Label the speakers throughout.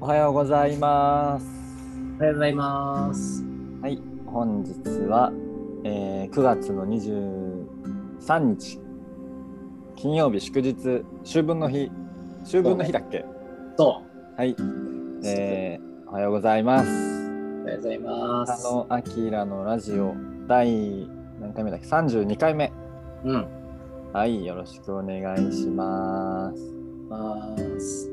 Speaker 1: おはようございます。
Speaker 2: おはようございます。
Speaker 1: はい、本日は、えー9月の23日金曜日祝日秋分の日秋分の日だっけ？
Speaker 2: と、
Speaker 1: はい、えーおはようございます。
Speaker 2: おはようございま
Speaker 1: あ
Speaker 2: す。
Speaker 1: のアキラのラジオ第何回目だっけ？32回目。
Speaker 2: うん、
Speaker 1: はい、よろしくお願いします。
Speaker 2: ます。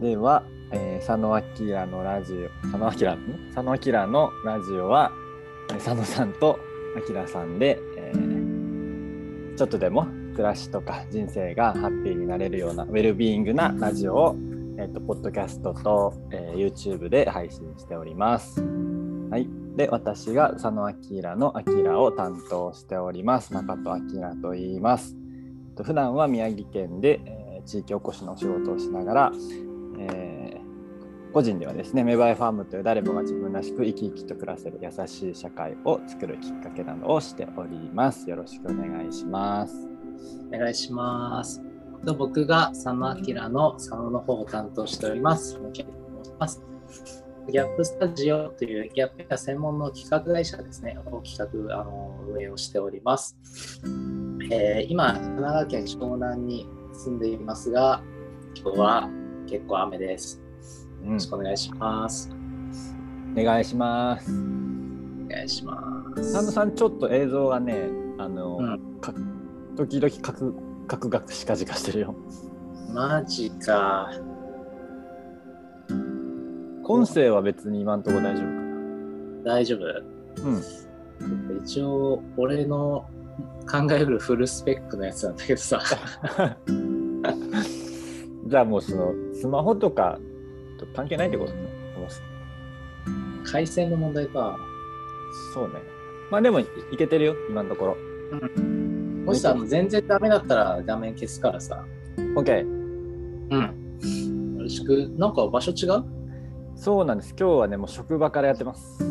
Speaker 1: では、えー、佐野明のラジオ佐野明ん佐野明のラジオはえー佐野さんと明さんで、えーちょっとでも暮らしとか人生がハッピーになれるようなウェルビーイングなラジオを、えー、とポッドキャストと、えー YouTube で配信しております。はい、で私が佐野明の明を担当しております中戸明と言います。えっと普段は宮城県で、えー地域おこしのお仕事をしながら、えー個人ではですね、メバイファームという誰もが自分らしく生き生きと暮らせる優しい社会を作るきっかけなどをしております。よろしくお願いします。
Speaker 2: お願いします。と僕が佐野明の佐野の方を担当しております。ギャップスタジオというギャップや専門の企画会社ですね、を企画あの運営をしております。えー今、神奈川県湘南に住んでいますが、今日は結構雨です。よ
Speaker 1: うん
Speaker 2: ろしくお願いします。
Speaker 1: お願いします。
Speaker 2: お願いしま
Speaker 1: サンド
Speaker 2: す。
Speaker 1: さん、ちょっと映像がね、あの、
Speaker 2: う
Speaker 1: か時々カクカクガクしかじかしてるよ。
Speaker 2: マジか。
Speaker 1: 音声は別に今んとこ大丈夫か
Speaker 2: 大丈夫
Speaker 1: な。うん。
Speaker 2: 一応俺の考えうるフルスペックのやつなんだけ どさ
Speaker 1: じゃあもうそのスマホとかと関係ないってことね。もう
Speaker 2: 回線の問題か
Speaker 1: そうね。まあでもいいけてるよ、今のところ。
Speaker 2: もしさあの全然ダメだったら画面消すからさ
Speaker 1: OK。
Speaker 2: うんよろしくなんか場所違う
Speaker 1: そうなんです。今日はね、もう職場からやってます。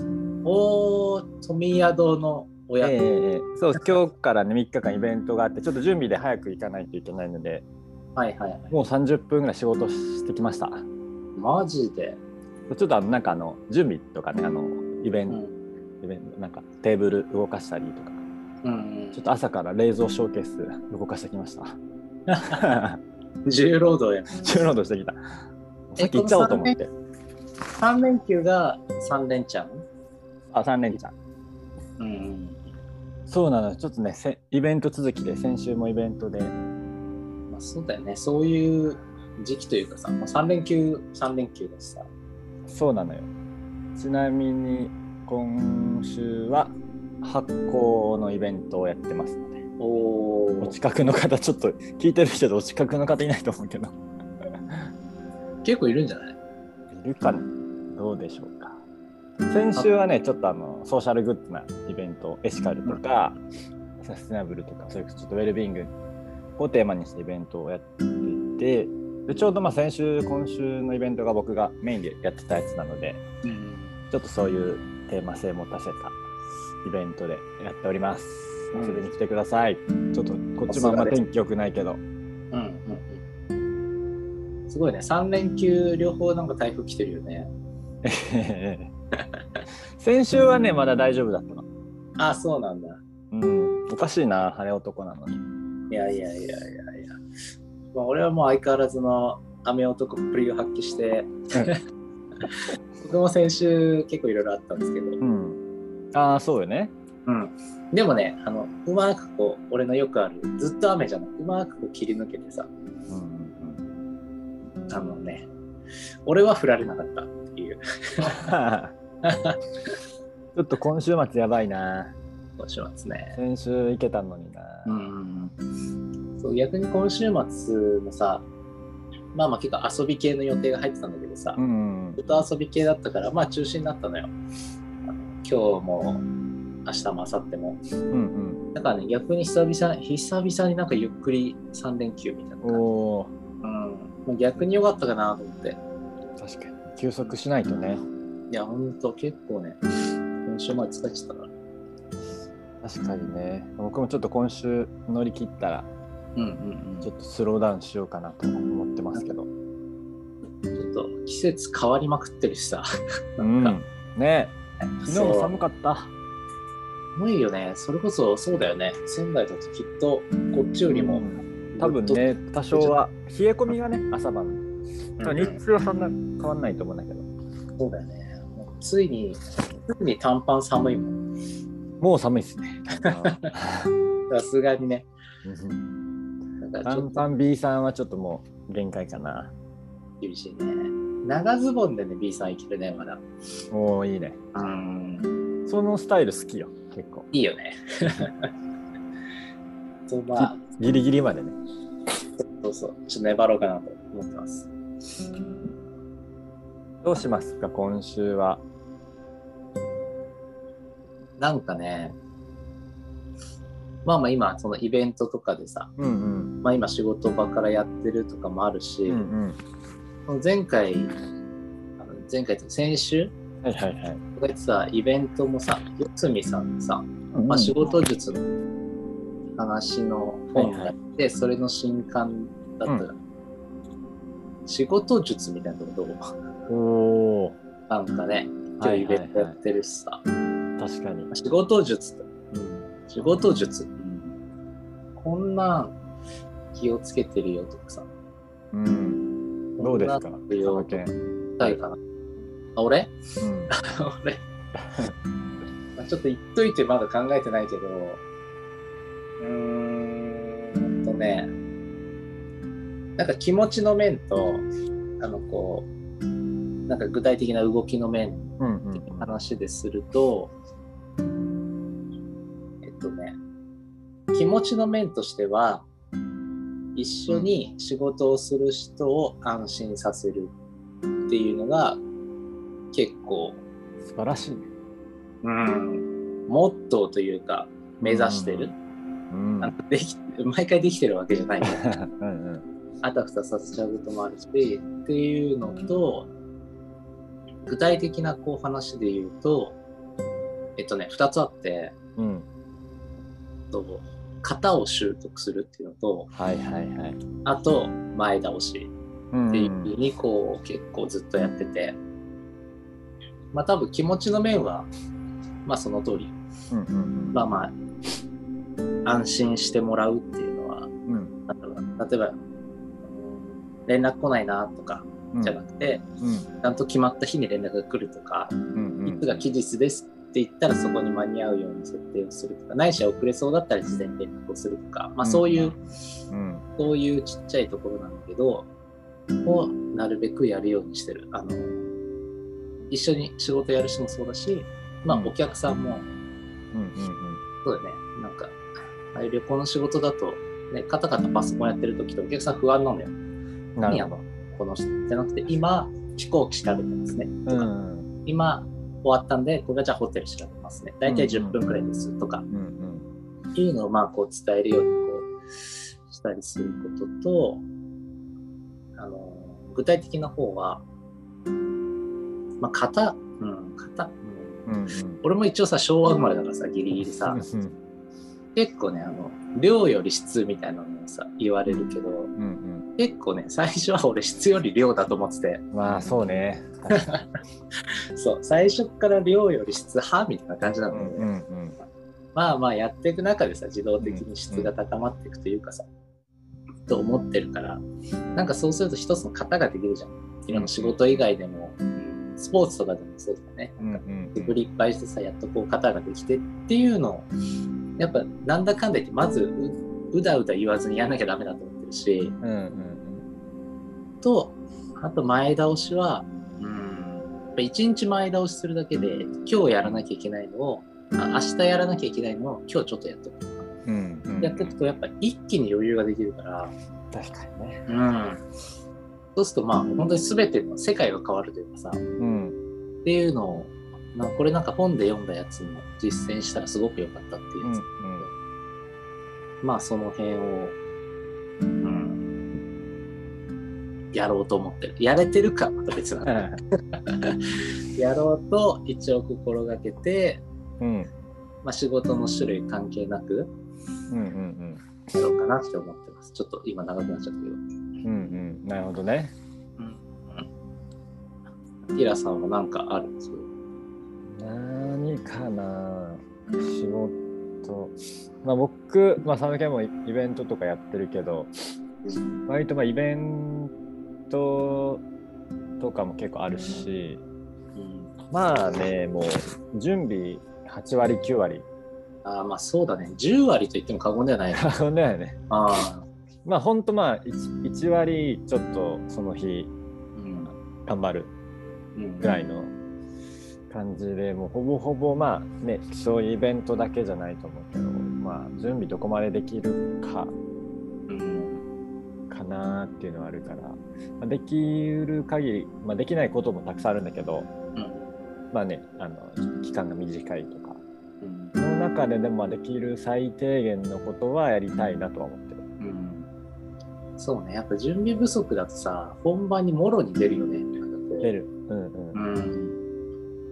Speaker 2: おー富宿の
Speaker 1: え
Speaker 2: 親、
Speaker 1: えええそう、今日からね、3日間イベントがあって、ちょっと準備で早く行かないといけないので、
Speaker 2: はいはいはい
Speaker 1: もう30分ぐらい仕事してきました。
Speaker 2: マジで、
Speaker 1: ちょっとあの、なんかあの、準備とかね、あの、イベ
Speaker 2: う
Speaker 1: ント、
Speaker 2: ん
Speaker 1: イベントなんかテーブル動かしたりとか、
Speaker 2: うん、
Speaker 1: ちょっと朝から冷蔵ショーケース動かしてきました。
Speaker 2: 重労働や
Speaker 1: 重労働してきた。さっき行っちゃおうと思って。
Speaker 2: 3連休が3連チャン
Speaker 1: あ、3連ちゃん。
Speaker 2: うん
Speaker 1: そうなの。ちょっとね、せイベント続きで、先週もイベントで。
Speaker 2: まあ、そうだよねそういう時期というかさ、まあ、3連休3連休だしさ
Speaker 1: そうなのよ。ちなみに、今週は発行のイベントをやってますので、
Speaker 2: お
Speaker 1: お
Speaker 2: お
Speaker 1: 近くの方、ちょっと聞いてる人でお近くの方いないと思うけど。
Speaker 2: 結構いるんじゃない
Speaker 1: いるかなどうでしょうか。先週はね、ちょっとあのソーシャルグッズなイベント、エシカルとか、サステナブルとか、そういうちょっとウェルビーイングをテーマにしたイベントをやっていて、でちょうどまあ先週、今週のイベントが僕がメインでやってたやつなので、
Speaker 2: うん
Speaker 1: ちょっとそういうテーマ性も出せたイベントでやっております。
Speaker 2: うん
Speaker 1: 遊びに来てください。ちょっとこっちもあんま天気良くないけど、
Speaker 2: うんうんうんすごいね3連休両方なんか台風来てるよね
Speaker 1: 先週はね、まだ大丈夫だったの。
Speaker 2: あそうなんだ
Speaker 1: うん、おかしいな、晴れ男なのに。
Speaker 2: いやいやいやいやいや、まあ、俺はもう相変わらずの雨男っぷりを発揮して、 僕も先週結構いろいろあったんですけど、
Speaker 1: うん。ああ、そうよね。
Speaker 2: うん、でもねあのうまくこう俺のよくあるずっと雨じゃなくうまくこう切り抜けてさ
Speaker 1: うん。
Speaker 2: あのね、俺は振られなかったっていう、
Speaker 1: ちょっと今週末やばいな。
Speaker 2: 今週末ね。
Speaker 1: 先週行けたのにな。
Speaker 2: ん。そう、逆に今週末もさ、まあまあ結構遊び系の予定が入ってたんだけどさ、
Speaker 1: うん
Speaker 2: ずっと遊び系だったから、まあ中止になったのよ。あの今日も、明日も明後日も。
Speaker 1: うん
Speaker 2: だからね、逆に久々、久々になんかゆっくり3連休みた
Speaker 1: う
Speaker 2: いな
Speaker 1: ん。
Speaker 2: 感じ。
Speaker 1: おお、
Speaker 2: うん。もう逆に良かったかなと思って。
Speaker 1: 確かに。休息しないとね。
Speaker 2: いや、ほんと結構ね、今週まで疲れちゃったから。
Speaker 1: 確かにね。僕もちょっと今週乗り切ったら、
Speaker 2: うんうんうん。
Speaker 1: ちょっとスローダウンしようかなと思ってますけど。
Speaker 2: ちょっと季節変わりまくってるしさ。
Speaker 1: う
Speaker 2: なんか
Speaker 1: ん、ね昨日も
Speaker 2: そう
Speaker 1: 寒かった。
Speaker 2: 寒いよね。それこそそうだよね。仙台だときっとこっちよりも、
Speaker 1: 多分ね、多少は冷え込みがね、朝晩。
Speaker 2: うん
Speaker 1: 多分日中はそんな変わんないと思うんだけど。
Speaker 2: そうだよね。もうついに、ついに短パン寒いもん。
Speaker 1: もう寒いですね。
Speaker 2: さすがにね。
Speaker 1: うん
Speaker 2: なんか
Speaker 1: パ
Speaker 2: ちょ
Speaker 1: ン
Speaker 2: っと
Speaker 1: パン B さんはちょっともう限界かな。
Speaker 2: 厳しいね。長ズボンでね、B さんいけるね、まだ。
Speaker 1: もういいね。
Speaker 2: うん。
Speaker 1: そのスタイル好きよ、結構。
Speaker 2: いいよね。 そう、まあ、
Speaker 1: ギリギリまでね。
Speaker 2: そうそう。ちょっと粘ろうかなと思ってます。
Speaker 1: どうしますか、今週は。
Speaker 2: なんかね、まあまあ今、そのイベントとかでさ、
Speaker 1: うん
Speaker 2: まあ今仕事場からやってるとかもあるし、
Speaker 1: うん。うん
Speaker 2: その前回、あの前回というか先週、
Speaker 1: うん。はいはいはい。
Speaker 2: 僕がやってたイベントもさ、四角さんのさ、まあ、仕事術の話の本があって、それの新刊だったら、仕事術みたいなとこどう
Speaker 1: おお
Speaker 2: なんかね、今日イベントやってるしさ、
Speaker 1: ー、確かに。
Speaker 2: 仕事術って、仕事術、こんな気をつけてるよとかさ、
Speaker 1: うん。どうですか
Speaker 2: こんな、
Speaker 1: 佐
Speaker 2: よ
Speaker 1: 野
Speaker 2: とか
Speaker 1: 健。
Speaker 2: したいかな。あ、俺
Speaker 1: うん
Speaker 2: 俺まあちょっと言っといてまだ考えてないけど、うーんとね、なんか気持ちの面と、あのこう、なんか具体的な動きの面
Speaker 1: うんうん
Speaker 2: って話ですると、えっとね、気持ちの面としては、一緒に仕事をする人を安心させるっていうのが結構
Speaker 1: うん。素晴らしいね。
Speaker 2: うん、モットーというか目指してる、
Speaker 1: うん。う
Speaker 2: なん
Speaker 1: ん
Speaker 2: かでき毎回できてるわけじゃない
Speaker 1: うん
Speaker 2: あたふたさせちゃうこともあるしっていうのと具体的なこう話で言うとえっとね2つあって
Speaker 1: うん。
Speaker 2: と型を習得するっていうのと
Speaker 1: はいはいはい。
Speaker 2: あと前倒し
Speaker 1: うん
Speaker 2: っていうふうにこう結構ずっとやっててまあ多分気持ちの面はまあその通り
Speaker 1: うんうん
Speaker 2: まあまあ、安心してもらうっていうのは、
Speaker 1: うん
Speaker 2: なんだろうな例えば、連絡来ないなとか
Speaker 1: うん。
Speaker 2: じゃなくて、
Speaker 1: うん
Speaker 2: ちゃんと決まった日に連絡が来るとか、
Speaker 1: うんうん
Speaker 2: いつが期日ですって言ったらそこに間に合うように設定をするとか、ないしは遅れそうだったら事前に連絡をするとか、まあそういう、
Speaker 1: うん
Speaker 2: そういうちっちゃいところなんだけど、をなるべくやるようにしてる。あの、一緒に仕事やる人もそうだし、まあ
Speaker 1: うん
Speaker 2: お客さんも、
Speaker 1: うんうん
Speaker 2: そうだね。なんか、ああいう旅行の仕事だと、ね、カタカタパソコンやってる時とお客さん不安なんだよ。
Speaker 1: うん。なるほ
Speaker 2: この人じゃなくて、今、飛行機調べてますね。
Speaker 1: ど。うん
Speaker 2: 今、終わったんで、これはじゃあホテル調べますね。大体
Speaker 1: うん
Speaker 2: 10分くらいですとか、
Speaker 1: うんうん
Speaker 2: いうのをまあ、こう伝えるようにこう、したりすることと、あの、具体的な方は、まあ、型、うん、型、うん
Speaker 1: うんうん。
Speaker 2: 俺も一応さ、昭和生まれだからさ、ギリギリさ、
Speaker 1: うん
Speaker 2: 結構ねあの量より質みたいなのもさ言われるけど
Speaker 1: うん
Speaker 2: 結構ね最初は俺質より量だと思ってて
Speaker 1: うん。まあそうね。
Speaker 2: そう最初から量より質派みたいな感じな
Speaker 1: う
Speaker 2: の
Speaker 1: ん
Speaker 2: で、
Speaker 1: うんうん。
Speaker 2: まあまあやっていく中でさ自動的に質が高まっていくというかさ、と思ってるからなんかそうすると一つの型ができるじゃんいろんな仕事以外でも、スポーツとかでもそうだよね
Speaker 1: うんうんう
Speaker 2: 振
Speaker 1: ん。
Speaker 2: りいっぱいしてさやっとこう型ができてっていうのをやっぱなんだかんだ言ってまずううだうだ言わずにやんなきゃダメだと思ってるし
Speaker 1: うんうん
Speaker 2: とあと前倒しは1日前倒しするだけで今日やらなきゃいけないのをあ明日やらなきゃいけないのを今日ちょっとやっとくとか
Speaker 1: うんうん。
Speaker 2: やっていくとやっぱ一気に余裕ができるから、
Speaker 1: 確かにね。
Speaker 2: そうするとまあ本当に全ての世界が変わるというかさ
Speaker 1: うん
Speaker 2: っていうのを、まあ、これなんか本で読んだやつも実践したらすごく良かったっていうう や
Speaker 1: ん
Speaker 2: つ、
Speaker 1: うん。
Speaker 2: まあその辺を、うん、やろうと思ってるやれてるかまた別なのやろうと一応心がけて、
Speaker 1: うん
Speaker 2: まあ、仕事の種類関係なく
Speaker 1: うんうん
Speaker 2: やろうかなって思ってますちょっと今長くなっちゃったけど、
Speaker 1: うんうんうんなるほどね
Speaker 2: うんキラさんは何かあるんですよ。
Speaker 1: 何かな仕事。まあ僕、まあ、サムケンもイベントとかやってるけど、割とまあイベントとかも結構あるし、まあね、もう準備8割、9割。
Speaker 2: ああ、まあそうだね。10割と言っても過言ではない。あ
Speaker 1: そんだよね。
Speaker 2: あ、
Speaker 1: まあ本当まあ 1, 1割ちょっとその日
Speaker 2: うん。
Speaker 1: 頑張る
Speaker 2: うん
Speaker 1: ぐらいの感じで、もうほぼほぼまあね、そういうイベントだけじゃないと思うけど、まあ準備どこまでできるか
Speaker 2: うん。
Speaker 1: かなっていうのはあるから、まあ、できる限り、まあ、できないこともたくさんあるんだけど、まあね、あの期間が短いとか、
Speaker 2: う
Speaker 1: そ
Speaker 2: ん。
Speaker 1: の中ででもまあできる最低限のことはやりたいなとは思ってる。
Speaker 2: うん。そうね。やっぱ準備不足だとさ、本番にもろに出るよね。なんかこう
Speaker 1: 出る。うんうん。
Speaker 2: う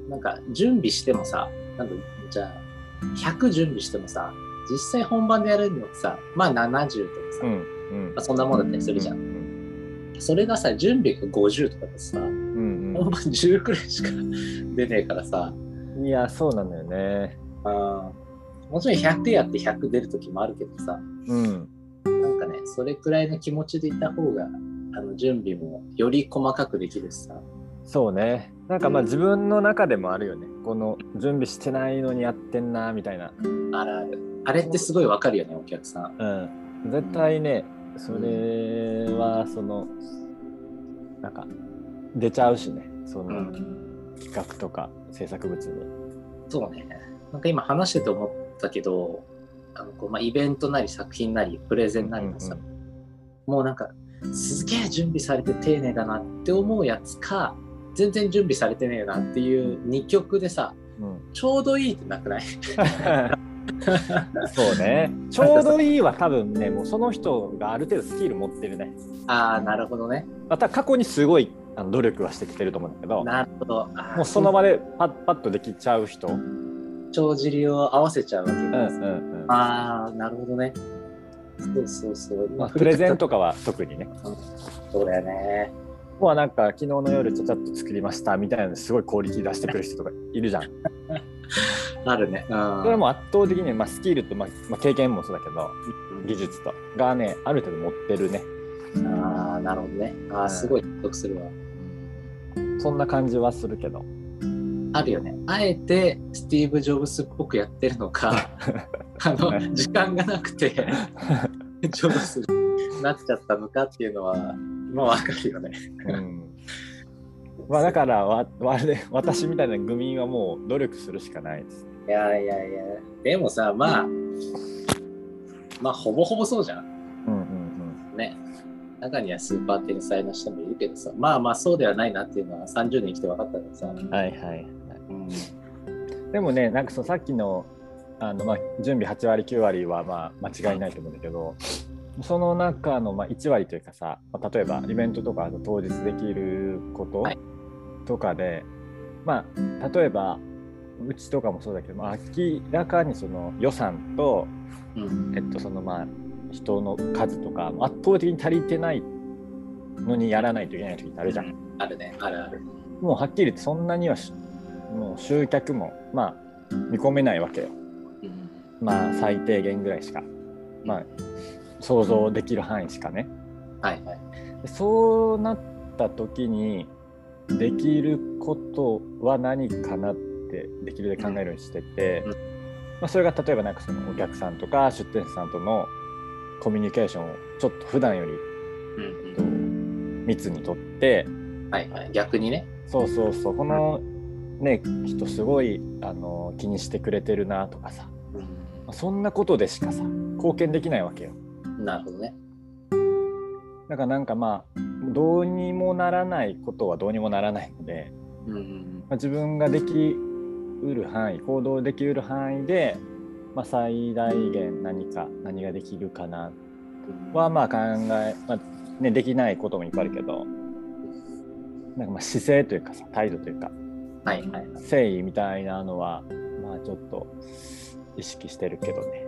Speaker 2: んなんか準備してもさ、なんかじゃあ100準備してもさ、実際本番でやるのってさ、まあ70とかさ、
Speaker 1: う
Speaker 2: ま
Speaker 1: んうん
Speaker 2: あ、。そんなもんだったりするじゃん。
Speaker 1: ん。
Speaker 2: それがさ、準備が50とかだとさ、
Speaker 1: うん
Speaker 2: 本番10くらいしか 出ねえからさ、
Speaker 1: うん。いや、そうなんだよね。
Speaker 2: あーもちろん100やって100出る時もあるけどさ、
Speaker 1: うん。
Speaker 2: なんかね、それくらいの気持ちでいた方が、あの準備もより細かくできるしさ。
Speaker 1: そうね。なんかまあ自分の中でもあるよね。この準備してないのにやってんなみたいな。
Speaker 2: あらあるあれってすごいわかるよね、お客さん。
Speaker 1: うん。絶対ね、それはその、なんか出ちゃうしね。その企画とか制作物に。
Speaker 2: そうね。なんか今話してて思ったけど、あのこうまあ、イベントなり作品なりプレゼンなりの
Speaker 1: う
Speaker 2: さ、
Speaker 1: ん
Speaker 2: もうなんかすげえ準備されて丁寧だなって思うやつか全然準備されてねえなっていう2曲でさ
Speaker 1: うん。
Speaker 2: ちょうどいいってなくない
Speaker 1: そうね。ちょうどいいは多分ね、もうその人がある程度スキル持ってるね。
Speaker 2: ああなるほどね
Speaker 1: また過去にすごいあの努力はしてきてると思うんだけど、
Speaker 2: なるほどあー
Speaker 1: もうその場でパッパッとできちゃう人。うん
Speaker 2: 帳尻を合わせちゃうわけだ、
Speaker 1: うんうん。
Speaker 2: ああなるほどねそうそうそう、
Speaker 1: まあ、 プレゼンとかは特にね。
Speaker 2: そうだよね
Speaker 1: ここはなんか昨日の夜ちゃちゃっと作りましたみたいなのですごいクオリティ出してくる人とかいるじゃん。
Speaker 2: あるねうん
Speaker 1: それはもう圧倒的に、まあ、スキルと、まあまあ、経験もそうだけど
Speaker 2: うん
Speaker 1: 技術とがねある程度持ってるね。
Speaker 2: ああ、なるほどね。あ
Speaker 1: うん
Speaker 2: あ、すごい納得するわ。
Speaker 1: そんな感じはするけど。
Speaker 2: あるよね。あえてスティーブ・ジョブスっぽくやってる のか、あの、時間がなくて、 ジョブスになっちゃったのかっていうのは、今わかるよね。
Speaker 1: うんまあ、だからわわ 私みたいな愚民はもう努力するしかないです。
Speaker 2: いやいやいや、でもさ、まあ、まあ、ほぼほぼそうじゃん。
Speaker 1: うんうん
Speaker 2: ね。中にはスーパー天才の人もいるけどさ、まあまあそうではないなっていうのは30年生きて分かったからさ。
Speaker 1: うん、はいはい。
Speaker 2: うん
Speaker 1: でもねなんかそのさっきのあの、まあ、準備8割9割はまあ間違いないと思うんだけどその中のまあ1割というかさ、まあ、例えばイベントとかあと当日できること
Speaker 2: はい
Speaker 1: とかで、まあ例えばうちとかもそうだけど、まあ、明らかにその予算と、
Speaker 2: うん。
Speaker 1: えっと、そのまあ人の数とか圧倒的に足りてないのにやらないといけない時ってあるじゃん。
Speaker 2: あるね、あるある。
Speaker 1: もうはっきり言ってそんなにはしもう集客もまあ見込めないわけよ。
Speaker 2: うん
Speaker 1: まあ最低限ぐらいしか、まあ、想像できる範囲しかね
Speaker 2: はいはい。
Speaker 1: でそうなった時にできることは何かなってできるだけ考えるようにしてて、
Speaker 2: うん
Speaker 1: まあ、それが例えばなんかそのお客さんとか出店者さんとのコミュニケーションをちょっと普段より
Speaker 2: うん
Speaker 1: えっ
Speaker 2: う
Speaker 1: と
Speaker 2: ん
Speaker 1: 密にとって
Speaker 2: はいはい、逆にね。
Speaker 1: そうそうそうこの、ね、人すごいあの気にしてくれてるなとかさまあそんなことでしかさ貢献できないわけよ。
Speaker 2: なるほどね。
Speaker 1: だからなんかまあどうにもならないことはどうにもならないので、
Speaker 2: うん
Speaker 1: まあ、自分ができうる範囲行動できうる範囲で、まあ、最大限何か何ができるかなはまあ考え、まあね、できないこともいっぱいあるけどなんかまあ姿勢というかさ態度というか
Speaker 2: はいはい。
Speaker 1: 誠意みたいなのはまあちょっと意識してるけどね。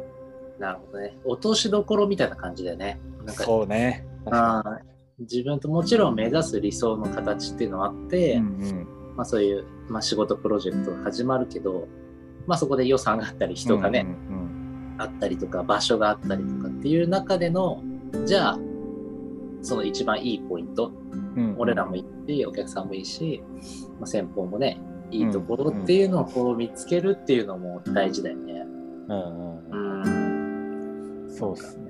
Speaker 2: なるほどね。落としどころみたいな感じだよね。なんか
Speaker 1: そうね。確か
Speaker 2: あー自分ともちろん目指す理想の形っていうのはあって、
Speaker 1: にうんうん
Speaker 2: まあ、そういう、まあ、仕事プロジェクトが始まるけど、まあ、そこで予算があったり人がね、
Speaker 1: うん
Speaker 2: あったりとか場所があったりとかっていう中でのじゃあその一番いいポイント
Speaker 1: うんうん
Speaker 2: 俺らもいいしお客さんもいいし、まあ、先方もねいいところっていうのをこう見つけるっていうのも大事だよね。
Speaker 1: うんうん
Speaker 2: うん
Speaker 1: うんそうですね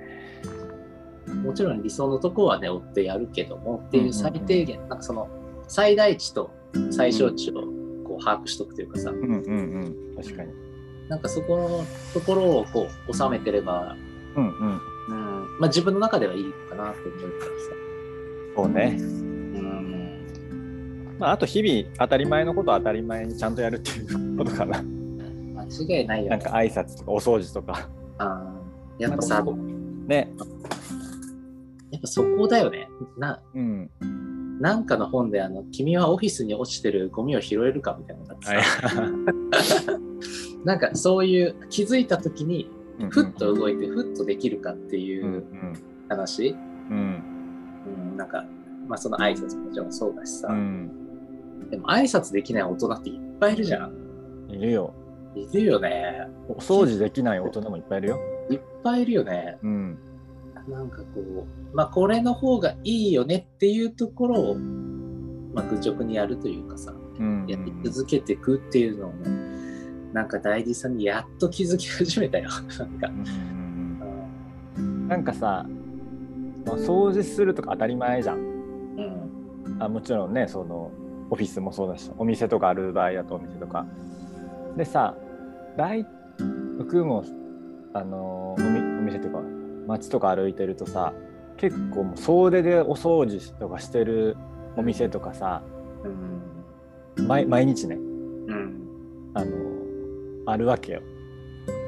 Speaker 2: もちろん理想のとこはね追ってやるけどもっていう最低限なんかその最大値と最小値をこう把握しとくというかさ
Speaker 1: うんうんうん確かに
Speaker 2: なんかそこのところをこう収めてれば、
Speaker 1: うんうん
Speaker 2: うんまあ、自分の中ではいいかなって思
Speaker 1: そう
Speaker 2: うからさ。
Speaker 1: ね、
Speaker 2: うん
Speaker 1: まあ、あと日々当たり前のことを当たり前にちゃんとやるっていうことかな
Speaker 2: 間違いないよ
Speaker 1: なんか挨拶とかお掃除とか
Speaker 2: あーやっぱさ
Speaker 1: ね
Speaker 2: やっぱそこだよねな
Speaker 1: うん
Speaker 2: なんかの本であの「君はオフィスに落ちてるゴミを拾えるか」みたいなのがあってさなんかそういう気づいた時にふっと動いてふっとできるかってい
Speaker 1: うんう
Speaker 2: うん話、
Speaker 1: うん
Speaker 2: うん、なんか、まあ、その挨拶ももちろんそうだしさ、
Speaker 1: うん
Speaker 2: でも挨拶できない大人っていっぱいいるじゃん
Speaker 1: いるよ
Speaker 2: いるよね
Speaker 1: お掃除できない大人もいっぱいいるよ
Speaker 2: いっぱいいるよね
Speaker 1: うん
Speaker 2: なんかこうまあこれの方がいいよねっていうところを、まあ、愚直にやるというかさ、
Speaker 1: うん
Speaker 2: やり続けていくっていうのをねなんか大事さにやっと気づき始めたよ なんか
Speaker 1: う、んうんうんなんかさ、まあ、掃除するとか当たり前じゃん
Speaker 2: うん、
Speaker 1: あもちろんねそのオフィスもそうだしお店とかある場合だとお店とかでさ大僕もあのおみお店とか街とか歩いてるとさ結構もう総出でお掃除とかしてるお店とかさ
Speaker 2: うん
Speaker 1: 毎毎日ね
Speaker 2: うん、
Speaker 1: あのあるわけよ、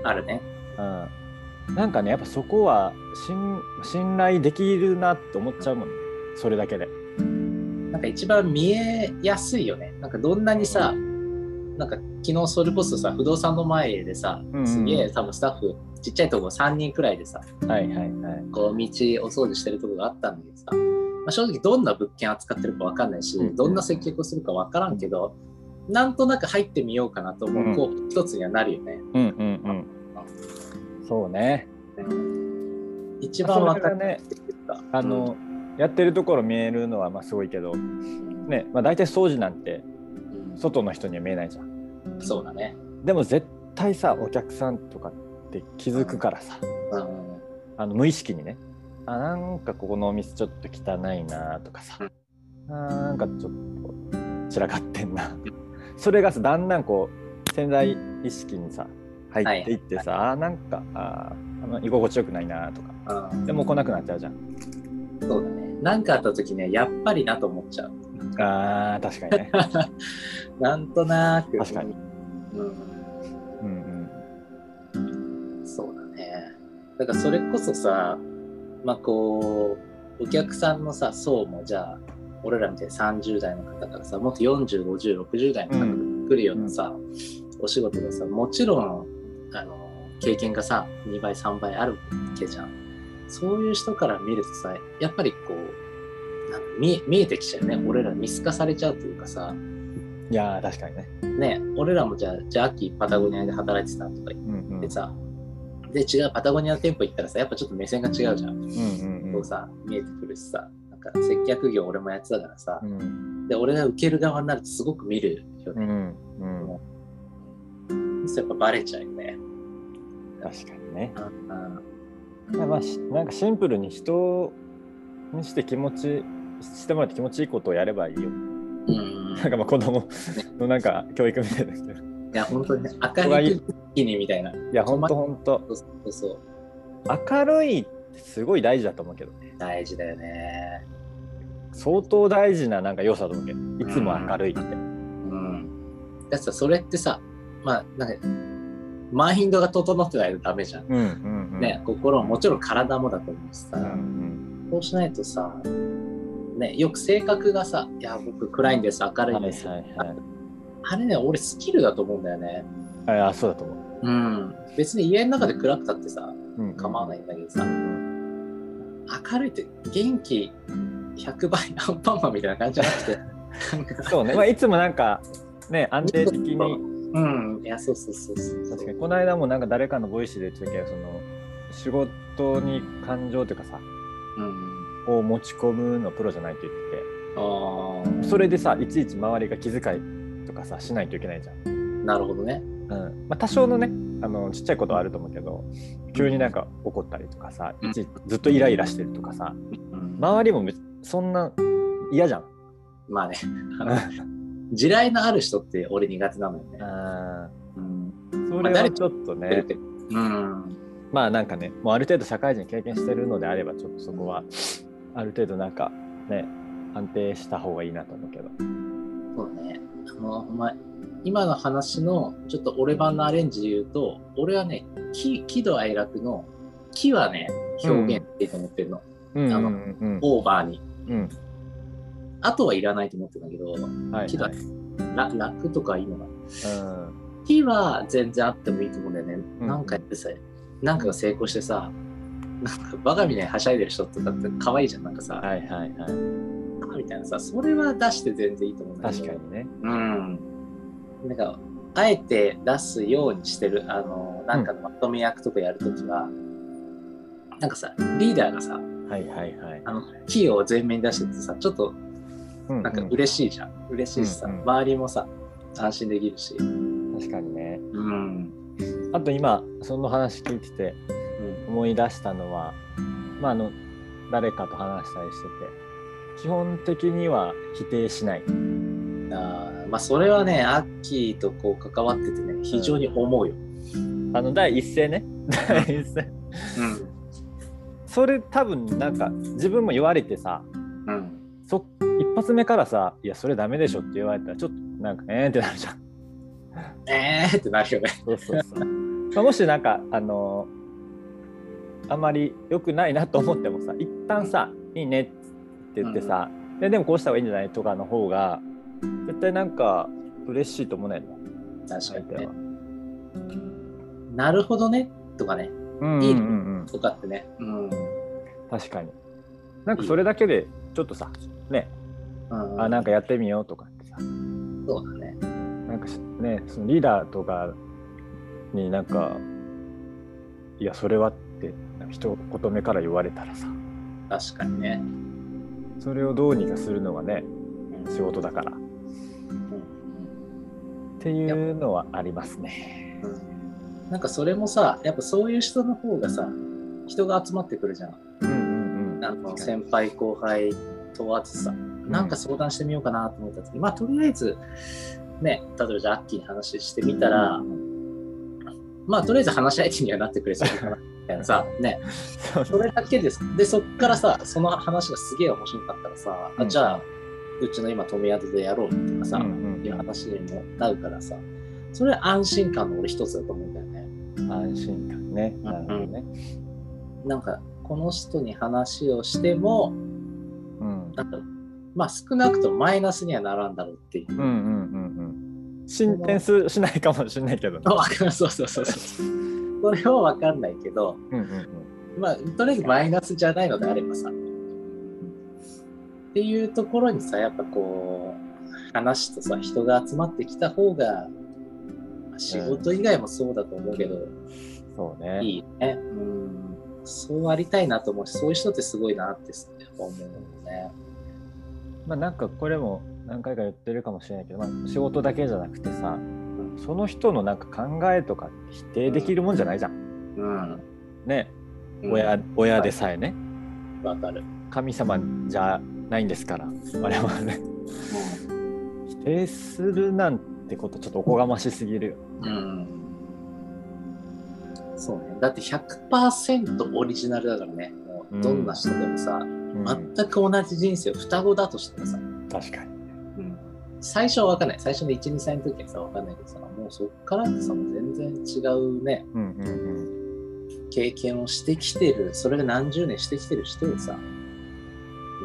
Speaker 2: あるね
Speaker 1: うん、なんかねやっぱそこは信信頼できるなって思っちゃうもんねそれだけで
Speaker 2: なんか一番見えやすいよねなんかどんなにさなんか昨日それこそさ不動産の前でさ
Speaker 1: うんうん
Speaker 2: すげえ多分スタッフちっちゃいとこ3人くらいでさ
Speaker 1: はいはいはい
Speaker 2: こう道お掃除してるとこがあったんだけどさ、まあ、正直どんな物件扱ってるか分かんないし、
Speaker 1: うん
Speaker 2: どんな接客をするか分からんけど、なんとなく入ってみようかなと
Speaker 1: う
Speaker 2: 思
Speaker 1: ん
Speaker 2: う、こう一つにはなるよね。
Speaker 1: うんうんうんそうね
Speaker 2: 一番分か
Speaker 1: それがね
Speaker 2: る
Speaker 1: あの、やってるところ見えるのはまあすごいけど、ねまあ、大体掃除なんて
Speaker 2: うん
Speaker 1: 外の人には見えないじゃん
Speaker 2: そうだね。
Speaker 1: でも絶対さお客さんとかって気づくからさ
Speaker 2: うん
Speaker 1: あの無意識にねあなんかここのお店ちょっと汚いなとかさ
Speaker 2: う
Speaker 1: あーなんかちょっと散らかってんなそれがさだんだんこう潜在意識にさ入っていってさ、あーなんかあーあの居心地よくないなとか
Speaker 2: うん
Speaker 1: でもう来なくなっちゃうじゃん
Speaker 2: そうだね。なんかあった時ね、やっぱりなと思っちゃう。なんか
Speaker 1: あー確かに ね
Speaker 2: なんとなく。
Speaker 1: 確かに、
Speaker 2: う
Speaker 1: うんうん
Speaker 2: ん。そうだね。だからそれこそさ、まあこう、お客さんのさ、層もじゃあ、俺らみたいに30代の方からさ、もっと40、50、60代の方が来るようなさ、お仕事がさ、もちろん、あの、経験がさ、2倍、3倍あるわけじゃん。そういう人から見るとさ、やっぱりこう、なんか見え見えてきちゃうね。俺ら見透かされちゃうというかさ、
Speaker 1: いやー確かにね。
Speaker 2: ね、俺らもじゃあ、じゃあ、秋パタゴニアで働いてたとか
Speaker 1: うんうん
Speaker 2: でさ、で違うパタゴニアの店舗行ったらさやっぱちょっと目線が違うじゃん、
Speaker 1: うんうん
Speaker 2: こ
Speaker 1: うん
Speaker 2: うさ見えてくるしさなんか接客業俺もやってたからさ
Speaker 1: う、ん
Speaker 2: で俺が受ける側になるとすごく見るよ
Speaker 1: う
Speaker 2: ね、
Speaker 1: んうん
Speaker 2: そうやっぱバレちゃうよね
Speaker 1: 確かにね。
Speaker 2: うん
Speaker 1: まあしなんかシンプルに人にして気持ちしてもらって気持ちいいことをやればいいよ。
Speaker 2: うん
Speaker 1: なんかまあ子供 のなんか教育みたいですけど。
Speaker 2: いや本当にね明るく気にみたいない
Speaker 1: やほんとほんと
Speaker 2: そうそうそう
Speaker 1: 明るいってすごい大事だと思うけどね。
Speaker 2: 大事だよね
Speaker 1: 相当大事ななんか良さだと思うけど。いつも明るいって。
Speaker 2: うんだってさそれってさまあなんかマインドが整ってないとダメじゃん、
Speaker 1: うんうんうん。
Speaker 2: ね。心ももちろん体もだと思うしさ、
Speaker 1: うんうん。
Speaker 2: そうしないとさ、ね、よく性格がさ、いや、僕暗いんです、明るい
Speaker 1: はい
Speaker 2: ん
Speaker 1: は
Speaker 2: で
Speaker 1: い
Speaker 2: す。
Speaker 1: はい。
Speaker 2: あれね、俺スキルだと思うんだよね。
Speaker 1: あいやそうだと思う。
Speaker 2: うん。別に家の中で暗くたってさ、
Speaker 1: うん
Speaker 2: 構わない。んだけど
Speaker 1: う
Speaker 2: さ、
Speaker 1: ん
Speaker 2: 明るいって元気100倍アンパンマンみたいな感じじゃなくて、
Speaker 1: そうね、まあ、いつもなんかね安定的に
Speaker 2: うん、いや、そうそうそうそう。
Speaker 1: 確かにこの間もなんか誰かのボイシーで言ってたけどその仕事に感情というかさ
Speaker 2: うん。
Speaker 1: を持ち込むのプロじゃないって言って
Speaker 2: あ
Speaker 1: てそれでさいちいち周りが気遣いとかさしないといけないじゃん、
Speaker 2: あ、なるほどね。
Speaker 1: うんまあ、多少のねあのちっちゃいことはあると思うけど急になんか怒ったりとかさいちいちずっとイライラしてるとかさ
Speaker 2: うんま
Speaker 1: 周りもめそんな嫌じゃん
Speaker 2: あね、 あの地雷のある人って俺苦手なのよね。
Speaker 1: あ
Speaker 2: うん。
Speaker 1: ーそれはちょっとね、
Speaker 2: うん。
Speaker 1: まあなんかね、もうある程度社会人経験してるのであれば、ちょっとそこは、ある程度なんかね、安定した方がいいなと思うけど。
Speaker 2: そうね。あの、お前、今の話のちょっと俺版のアレンジで言うと、俺はね、喜喜怒哀楽の喜はね、表現っていいと思ってるの。
Speaker 1: うん
Speaker 2: あ
Speaker 1: う
Speaker 2: の
Speaker 1: ん
Speaker 2: オーバーに。
Speaker 1: うん。
Speaker 2: あとはいらないと思ってるんだけど、
Speaker 1: うん。はい、
Speaker 2: 喜
Speaker 1: は
Speaker 2: 怒
Speaker 1: い。
Speaker 2: ら楽とかいいのかな。
Speaker 1: うん。
Speaker 2: 火は全然あってもいいと思うんだよね。
Speaker 1: うん
Speaker 2: なんかやってさ、なんかが成功してさ、なんかバカみたいにはしゃいでる人とかって可愛いじゃん。なんかさ、
Speaker 1: はいはいはい。
Speaker 2: バカみたいなさ、それは出して全然いいと思うんだけ
Speaker 1: 確
Speaker 2: ど。
Speaker 1: かにね。
Speaker 2: うん。なんか、あえて出すようにしてる、あの、なんかのまとめ役とかやるときは、なんかさ、リーダーがさ、
Speaker 1: はいはいはい。
Speaker 2: あの、キーを前面に出してってさ、ちょっと
Speaker 1: うん
Speaker 2: なんか
Speaker 1: うん
Speaker 2: 嬉しいじゃん。嬉しいしさ、
Speaker 1: うんうん
Speaker 2: 周りもさ、安心できるし。
Speaker 1: 確かにね。
Speaker 2: うん。
Speaker 1: あと今、その話聞いてて
Speaker 2: うん
Speaker 1: 思い出したのは、まああの、誰かと話したりしてて、基本的には否定しない。
Speaker 2: あーまあそれはねアッキーとこう関わっててね非常に思うよ、
Speaker 1: あの、第一声ね。第一声。
Speaker 2: うん
Speaker 1: それ多分なんか自分も言われてさ、
Speaker 2: うん、
Speaker 1: そ一発目からさ「いやそれダメでしょ」って言われたらちょっとなんか「えー」ってなるじゃん。
Speaker 2: えーってなるよね
Speaker 1: そうそうそうまあもしなんかあのーあんまり良くないなと思ってもさ一旦さ「いいね」って言ってさ、ででもこうした方がいいんじゃないとかの方が絶対なんか嬉しいと思うねんな
Speaker 2: 確か
Speaker 1: 相
Speaker 2: に
Speaker 1: 手
Speaker 2: ね
Speaker 1: は。
Speaker 2: なるほどねとかね
Speaker 1: うんうんうんうん、
Speaker 2: とかってねうん、
Speaker 1: 確かに。なんかそれだけでちょっとさね
Speaker 2: うん、
Speaker 1: あなんかやってみようとかってさ
Speaker 2: そうだね
Speaker 1: なんかしねそのリーダーとかになんか「いやそれは」ってなんか一言目から言われたらさ
Speaker 2: 確かにね、
Speaker 1: それをどうにかするのがね
Speaker 2: うん
Speaker 1: 仕事だからっ
Speaker 2: うん
Speaker 1: ていうのはありますね。
Speaker 2: うんなんかそれもさやっぱそういう人の方がさ人が集まってくるじゃん
Speaker 1: うんうんうん
Speaker 2: あの
Speaker 1: 確かに
Speaker 2: 先輩後輩問わずさなんか相談してみようかなと思った時に、まあとりあえずね例えばじゃあアッキーに話してみたら、まあとりあえず話し相手にはなってくれそうかなみたいな さね
Speaker 1: そう
Speaker 2: それだけですでそっからさその話がすげえ面白かったらさ、あ
Speaker 1: うん
Speaker 2: じゃあうちの今富宿でやろうとかさ、
Speaker 1: うんうん
Speaker 2: いう話にもなるからさそれは安心感の俺一つだと思うんだよね
Speaker 1: 安心感ね。なるほどね。
Speaker 2: なんかこの人に話をしても
Speaker 1: うん
Speaker 2: なんかまあ少なくともマイナスにはならんだろうっていう
Speaker 1: うんうんうんうん。進展すしないかもしれないけどね。
Speaker 2: あわかるそうそうそうそう。それは分かんないけど、
Speaker 1: うんうんうん
Speaker 2: まあ、とりあえずマイナスじゃないのであればさ。っていうところにさ、やっぱこう、話とさ、人が集まってきた方が、まあ仕事以外もそうだと思うけど、
Speaker 1: そうね。
Speaker 2: いいよね。うん。そうありたいなと思うし、そういう人ってすごいなってやっぱ思うよね。
Speaker 1: まあなんかこれも何回か言ってるかもしれないけど、まあ、仕事だけじゃなくてさその人のなんか考えとかって否定できるもんじゃないじゃん。
Speaker 2: うん。
Speaker 1: ね
Speaker 2: うん
Speaker 1: 親親でさえね
Speaker 2: わかる。
Speaker 1: 神様じゃないんですから我々ね否定するなんてことちょっとおこがましすぎるよ。
Speaker 2: うん。そうね。だって100%オリジナルだからね。もうどんな人でもさ、
Speaker 1: うん
Speaker 2: 全く同じ人生、双子だとしてもさ、
Speaker 1: 確かに。
Speaker 2: 最初は分かんない。最初の1、2歳の時はさ、分かんないけどさ、もうそっからってさ、もう全然違うね、
Speaker 1: うんうんうん
Speaker 2: 経験をしてきてる、それが何十年してきてる人をさ、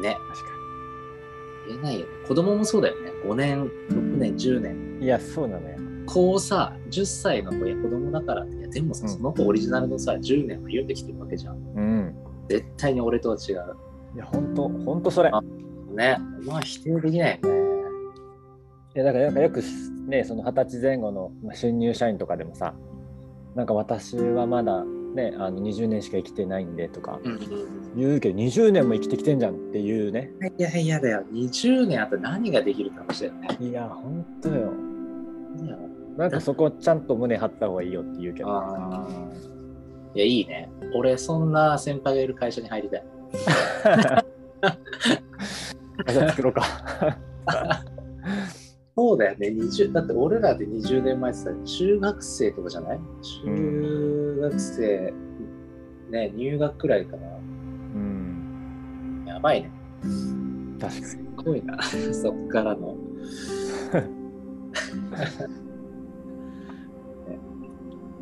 Speaker 2: ね、
Speaker 1: 確か
Speaker 2: 言えないよね。子供もそうだよね。5年、6年、10年。
Speaker 1: に。いやそうなのよ。
Speaker 2: こうさ、10歳の子や子供だからって、いやでもさ、
Speaker 1: うん
Speaker 2: その子オリジナルのさ、10年を歩んできてるわけじゃん。
Speaker 1: うん。
Speaker 2: 絶対に俺とは違う。
Speaker 1: いや本当本当それ。
Speaker 2: あね、まあ否定できないよね。
Speaker 1: いやだからなんかよくねその二十歳前後のまあ新入社員とかでもさなんか私はまだねあの20年しか生きてないんでとか
Speaker 2: うん、
Speaker 1: 言うけど20年も生きてきてんじゃんっていうね
Speaker 2: いやいやだよ20年あと何ができるかもしれない
Speaker 1: いやほんとよ
Speaker 2: だよ
Speaker 1: なんかそこちゃんと胸張った方がいいよって言うけど
Speaker 2: あいやいいね俺そんな先輩がいる会社に入りたい
Speaker 1: じゃあ作ろうか
Speaker 2: そうだよね20だって俺らで20年前ってさ中学生とかじゃない中学生、ね入学くらいかな
Speaker 1: うん
Speaker 2: やばいね
Speaker 1: 確か
Speaker 2: す
Speaker 1: に
Speaker 2: っごいな そっから のね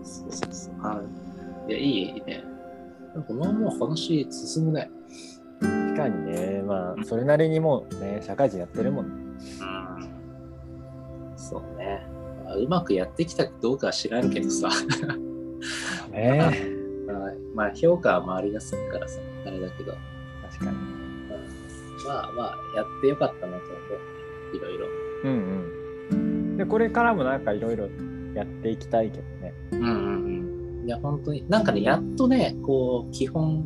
Speaker 2: そうそうそうあいやいいいいねこのまま話進むね
Speaker 1: 確かにねまあそれなりにもうね社会人やってるもんね
Speaker 2: そうね。まあうまくやってきたかどうかは知らんけどさ。
Speaker 1: ね
Speaker 2: まあまあ、評価は周りがするからさ、あれだけど、
Speaker 1: 確かに
Speaker 2: まあまあ、やってよかったなと思う。いろいろ。
Speaker 1: うんうんでこれからもなんかいろいろやっていきたいけどね
Speaker 2: うんうんうん。いや、本当に、なんかね、やっとね、こう、基本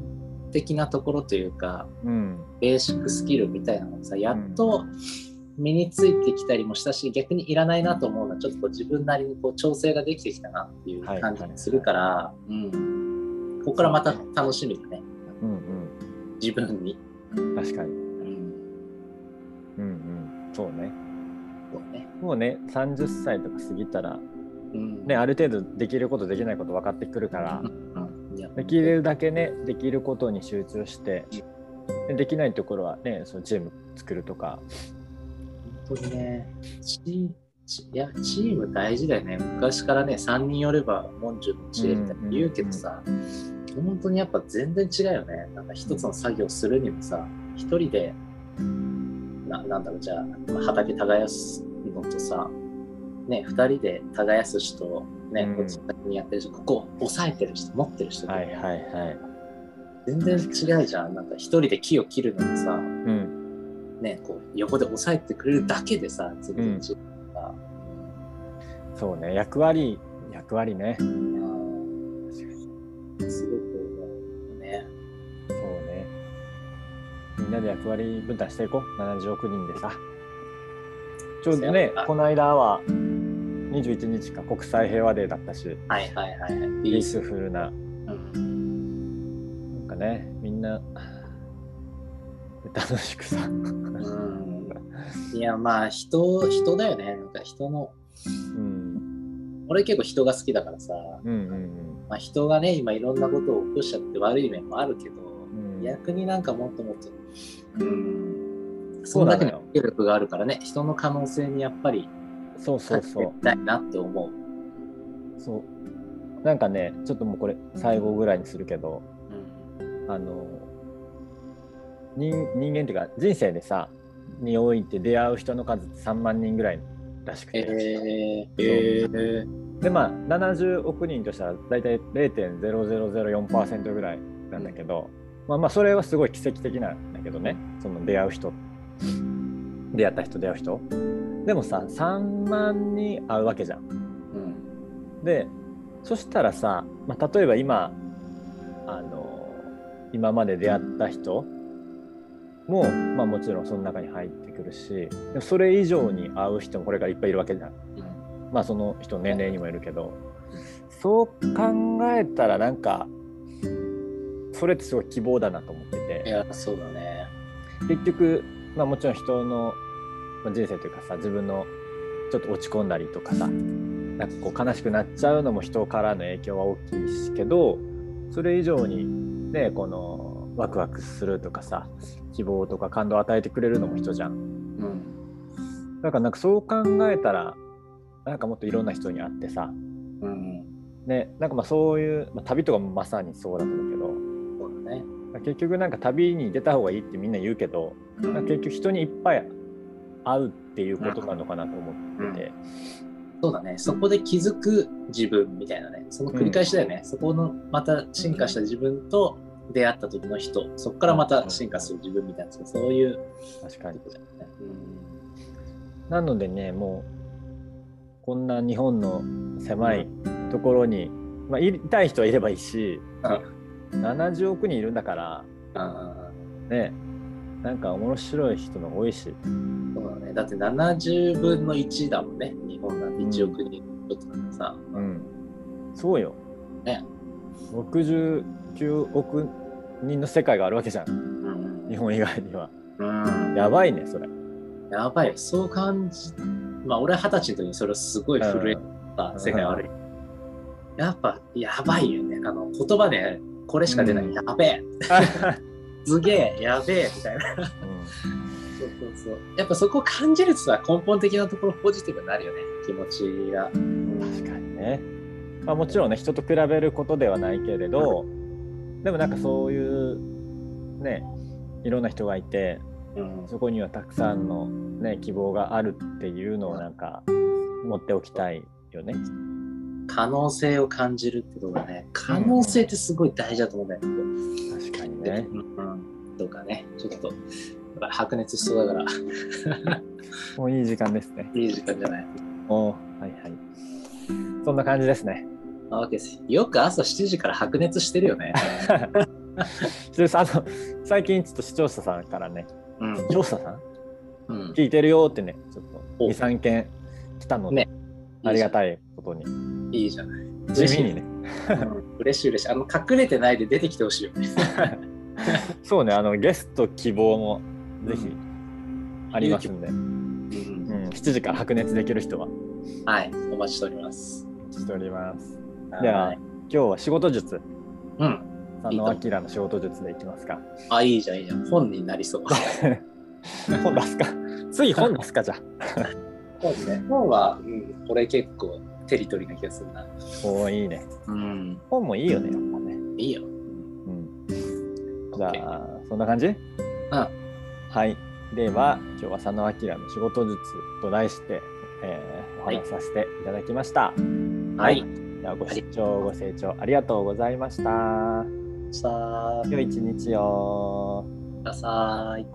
Speaker 2: 的なところというか、
Speaker 1: うん
Speaker 2: ベーシックスキルみたいなのがさ、やっと身についてきたりもしたし、逆にいらないなと思うのは、ちょっとこう自分なりにこう調整ができてきたなっていう感じがするから、うん、ここからまた楽しみだね、
Speaker 1: うん
Speaker 2: 自分に。
Speaker 1: うん確かに
Speaker 2: うん、
Speaker 1: うんうんそうね
Speaker 2: そうね。
Speaker 1: もうね30歳とか過ぎたら
Speaker 2: うん、
Speaker 1: ねある程度できることできないこと分かってくるから
Speaker 2: うん、いや
Speaker 1: できるだけねできることに集中してでできないところはねそのチーム作るとか
Speaker 2: 本当にね、チチいやチーム大事だよね。昔からね、3人寄れば文殊の知恵みたいな言うけどさ、本当にやっぱ全然違うよね。なんか一つの作業するにもさ、一人で、ななんだろう、じゃあ、まあ畑耕すのとさ、ね、二人で耕す人、ね、
Speaker 1: うん
Speaker 2: こっち先にやってる人、ここ押さえてる人、持ってる人、
Speaker 1: はいはいはい
Speaker 2: 全然違うじゃん。なんか一人で木を切るのもさ、
Speaker 1: うん
Speaker 2: ね、こう横で押さえてくれるだけでさ、全然違うから。
Speaker 1: そうね役割役割ね
Speaker 2: すごく思うね。
Speaker 1: そうねみんなで役割分担していこう70億人でさちょうどねこの間は21日か国際平和デーだったし
Speaker 2: はいはいはいはい。
Speaker 1: ピ
Speaker 2: い
Speaker 1: ー
Speaker 2: い
Speaker 1: スフルな
Speaker 2: うん
Speaker 1: なんかね、みんな楽しくさ、
Speaker 2: うんいやまあ人人だよね。なんか人の
Speaker 1: うん、
Speaker 2: 俺結構人が好きだからさ、
Speaker 1: うんうん
Speaker 2: まあ、人がね今いろんなことを起こしちゃって悪い面もあるけど、
Speaker 1: うん
Speaker 2: 逆になんかもっともっと、うん、
Speaker 1: そ
Speaker 2: そうう
Speaker 1: な
Speaker 2: だ
Speaker 1: の
Speaker 2: け
Speaker 1: よ
Speaker 2: の影響力があるからね人の可能性にやっぱり
Speaker 1: うん、そうそ
Speaker 2: 勝
Speaker 1: うそう
Speaker 2: っていきたいなって思う。
Speaker 1: そうなんかねちょっともうこれ最後ぐらいにするけど
Speaker 2: うん
Speaker 1: あの人人間っていうか人生でさにおいて出会う人の数って3万人ぐらいらしく
Speaker 2: え
Speaker 1: て、
Speaker 2: ー、えー、
Speaker 1: でまあ70億人としたら大体0.0004%ぐらいなんだけど、まあまあそれはすごい奇跡的なんだけどねその出会う人出会った人出会う人でもさ3万人会うわけじゃん
Speaker 2: うん
Speaker 1: でそしたらさ、まあ、例えば今あの今まで出会った人も、まあ、もちろんその中に入ってくるしでもそれ以上に会う人もこれからいっぱいいるわけじゃん
Speaker 2: うん
Speaker 1: まあその人の年齢にもよるけど そう考えたらなんかそれってすごい希望だなと思って
Speaker 2: い
Speaker 1: て
Speaker 2: やそうだね。
Speaker 1: 結局、まあ、もちろん人のまあ人生というかさ自分のちょっと落ち込んだりとかさなんかこう悲しくなっちゃうのも人からの影響は大きいしけどそれ以上にねこのワクワクするとかさ希望とか感動を与えてくれるのも人じゃん。
Speaker 2: うん
Speaker 1: だからなんかそう考えたらなんかもっといろんな人に会ってさ
Speaker 2: うん、
Speaker 1: ね、なんかまあそういう、まあ、旅とかもまさにそうだと思うけど
Speaker 2: そうだね。
Speaker 1: まあ結局なんか旅に出た方がいいってみんな言うけど
Speaker 2: う
Speaker 1: なんか
Speaker 2: ん
Speaker 1: 結局人にいっぱい会うっていうことなのかなと思ってて、
Speaker 2: そうだね。そこで気づく自分みたいなね。その繰り返しだよね。そこのまた進化した自分と出会った時の人、そこからまた進化する自分みたいな、そういう
Speaker 1: 確か
Speaker 2: こ
Speaker 1: に
Speaker 2: とだよね。
Speaker 1: なのでねもうこんな日本の狭いところに、まあ、いいたい人はいればいいし、70億人いるんだから
Speaker 2: あ
Speaker 1: ねなんか面白い人の方が多いし
Speaker 2: ーそうだね。だって70分の1だもんね。日本なんて1億人ちょっとなんかさ。
Speaker 1: うんそうよ、
Speaker 2: ね
Speaker 1: 69億人の世界があるわけじゃん
Speaker 2: うん
Speaker 1: 日本以外には
Speaker 2: うん
Speaker 1: やばいねそれ
Speaker 2: やばいよ。そう感じ。まあ、俺は二十歳の時にそれをすごい震えた世界はあるよ。やっぱ、やばいよね。あの、言葉で、これしか出ない。
Speaker 1: うん
Speaker 2: や べえ。すげえ。やべえ。みたいな。そうそうそう。やっぱそこ感じるとさ、根本的なところポジティブになるよね。気持ちが。
Speaker 1: 確かにね、まあ、もちろんね人と比べることではないけれどでもなんかそういうねいろんな人がいて
Speaker 2: うん
Speaker 1: そこにはたくさんの、ね、希望があるっていうのをなんか持っておきたいよね。
Speaker 2: 可能性を感じるってことだね。可能性ってすごい大事だと思うんだよね。
Speaker 1: 確かに
Speaker 2: で
Speaker 1: ね。
Speaker 2: うん、とかね、ちょっと、やっぱ白熱しそうだから、
Speaker 1: もういい時間ですね。
Speaker 2: いい時間じゃない。
Speaker 1: おーはいはい。そんな感じですね。
Speaker 2: なわけです。よく朝7時から白熱してる よね。
Speaker 1: それさあの最近ちょっと視聴者さんからね
Speaker 2: うん
Speaker 1: 視。聴者さん
Speaker 2: うん、
Speaker 1: 聞いてるよってねちょっと
Speaker 2: お
Speaker 1: 23件来たので、
Speaker 2: ね
Speaker 1: ありがたいことに
Speaker 2: いいじゃない。
Speaker 1: 地味にね
Speaker 2: うん嬉しい嬉しい。あの、隠れてないで出てきてほしいよね。
Speaker 1: そうね、あのゲスト希望もぜひありますんで、うん
Speaker 2: うん
Speaker 1: 7時から白熱できる人は
Speaker 2: はい、お待ちしております。
Speaker 1: しております。では、
Speaker 2: はい
Speaker 1: 今日は仕事術、
Speaker 2: うん。
Speaker 1: 佐野明の仕事術でいきますか。
Speaker 2: あ、いいじゃん、いいじゃん。本になりそう。
Speaker 1: 本出す か。次、本出すかじゃあ。
Speaker 2: 本ね。本は、うん、俺結構テリトリーな気がするな。
Speaker 1: おーいいね。
Speaker 2: うん。
Speaker 1: 本もいいよね、やっぱね。
Speaker 2: いいよ。
Speaker 1: うん、
Speaker 2: オ
Speaker 1: じゃ
Speaker 2: ッケー
Speaker 1: あ、そんな感じ
Speaker 2: うん。
Speaker 1: はい。では、今日は佐野明の仕事術と題して、えーお話しさせていただきました。
Speaker 2: はい。
Speaker 1: では、ご視聴、ご清聴ありがとうございました。
Speaker 2: さあ、
Speaker 1: 良い一日を。
Speaker 2: ください。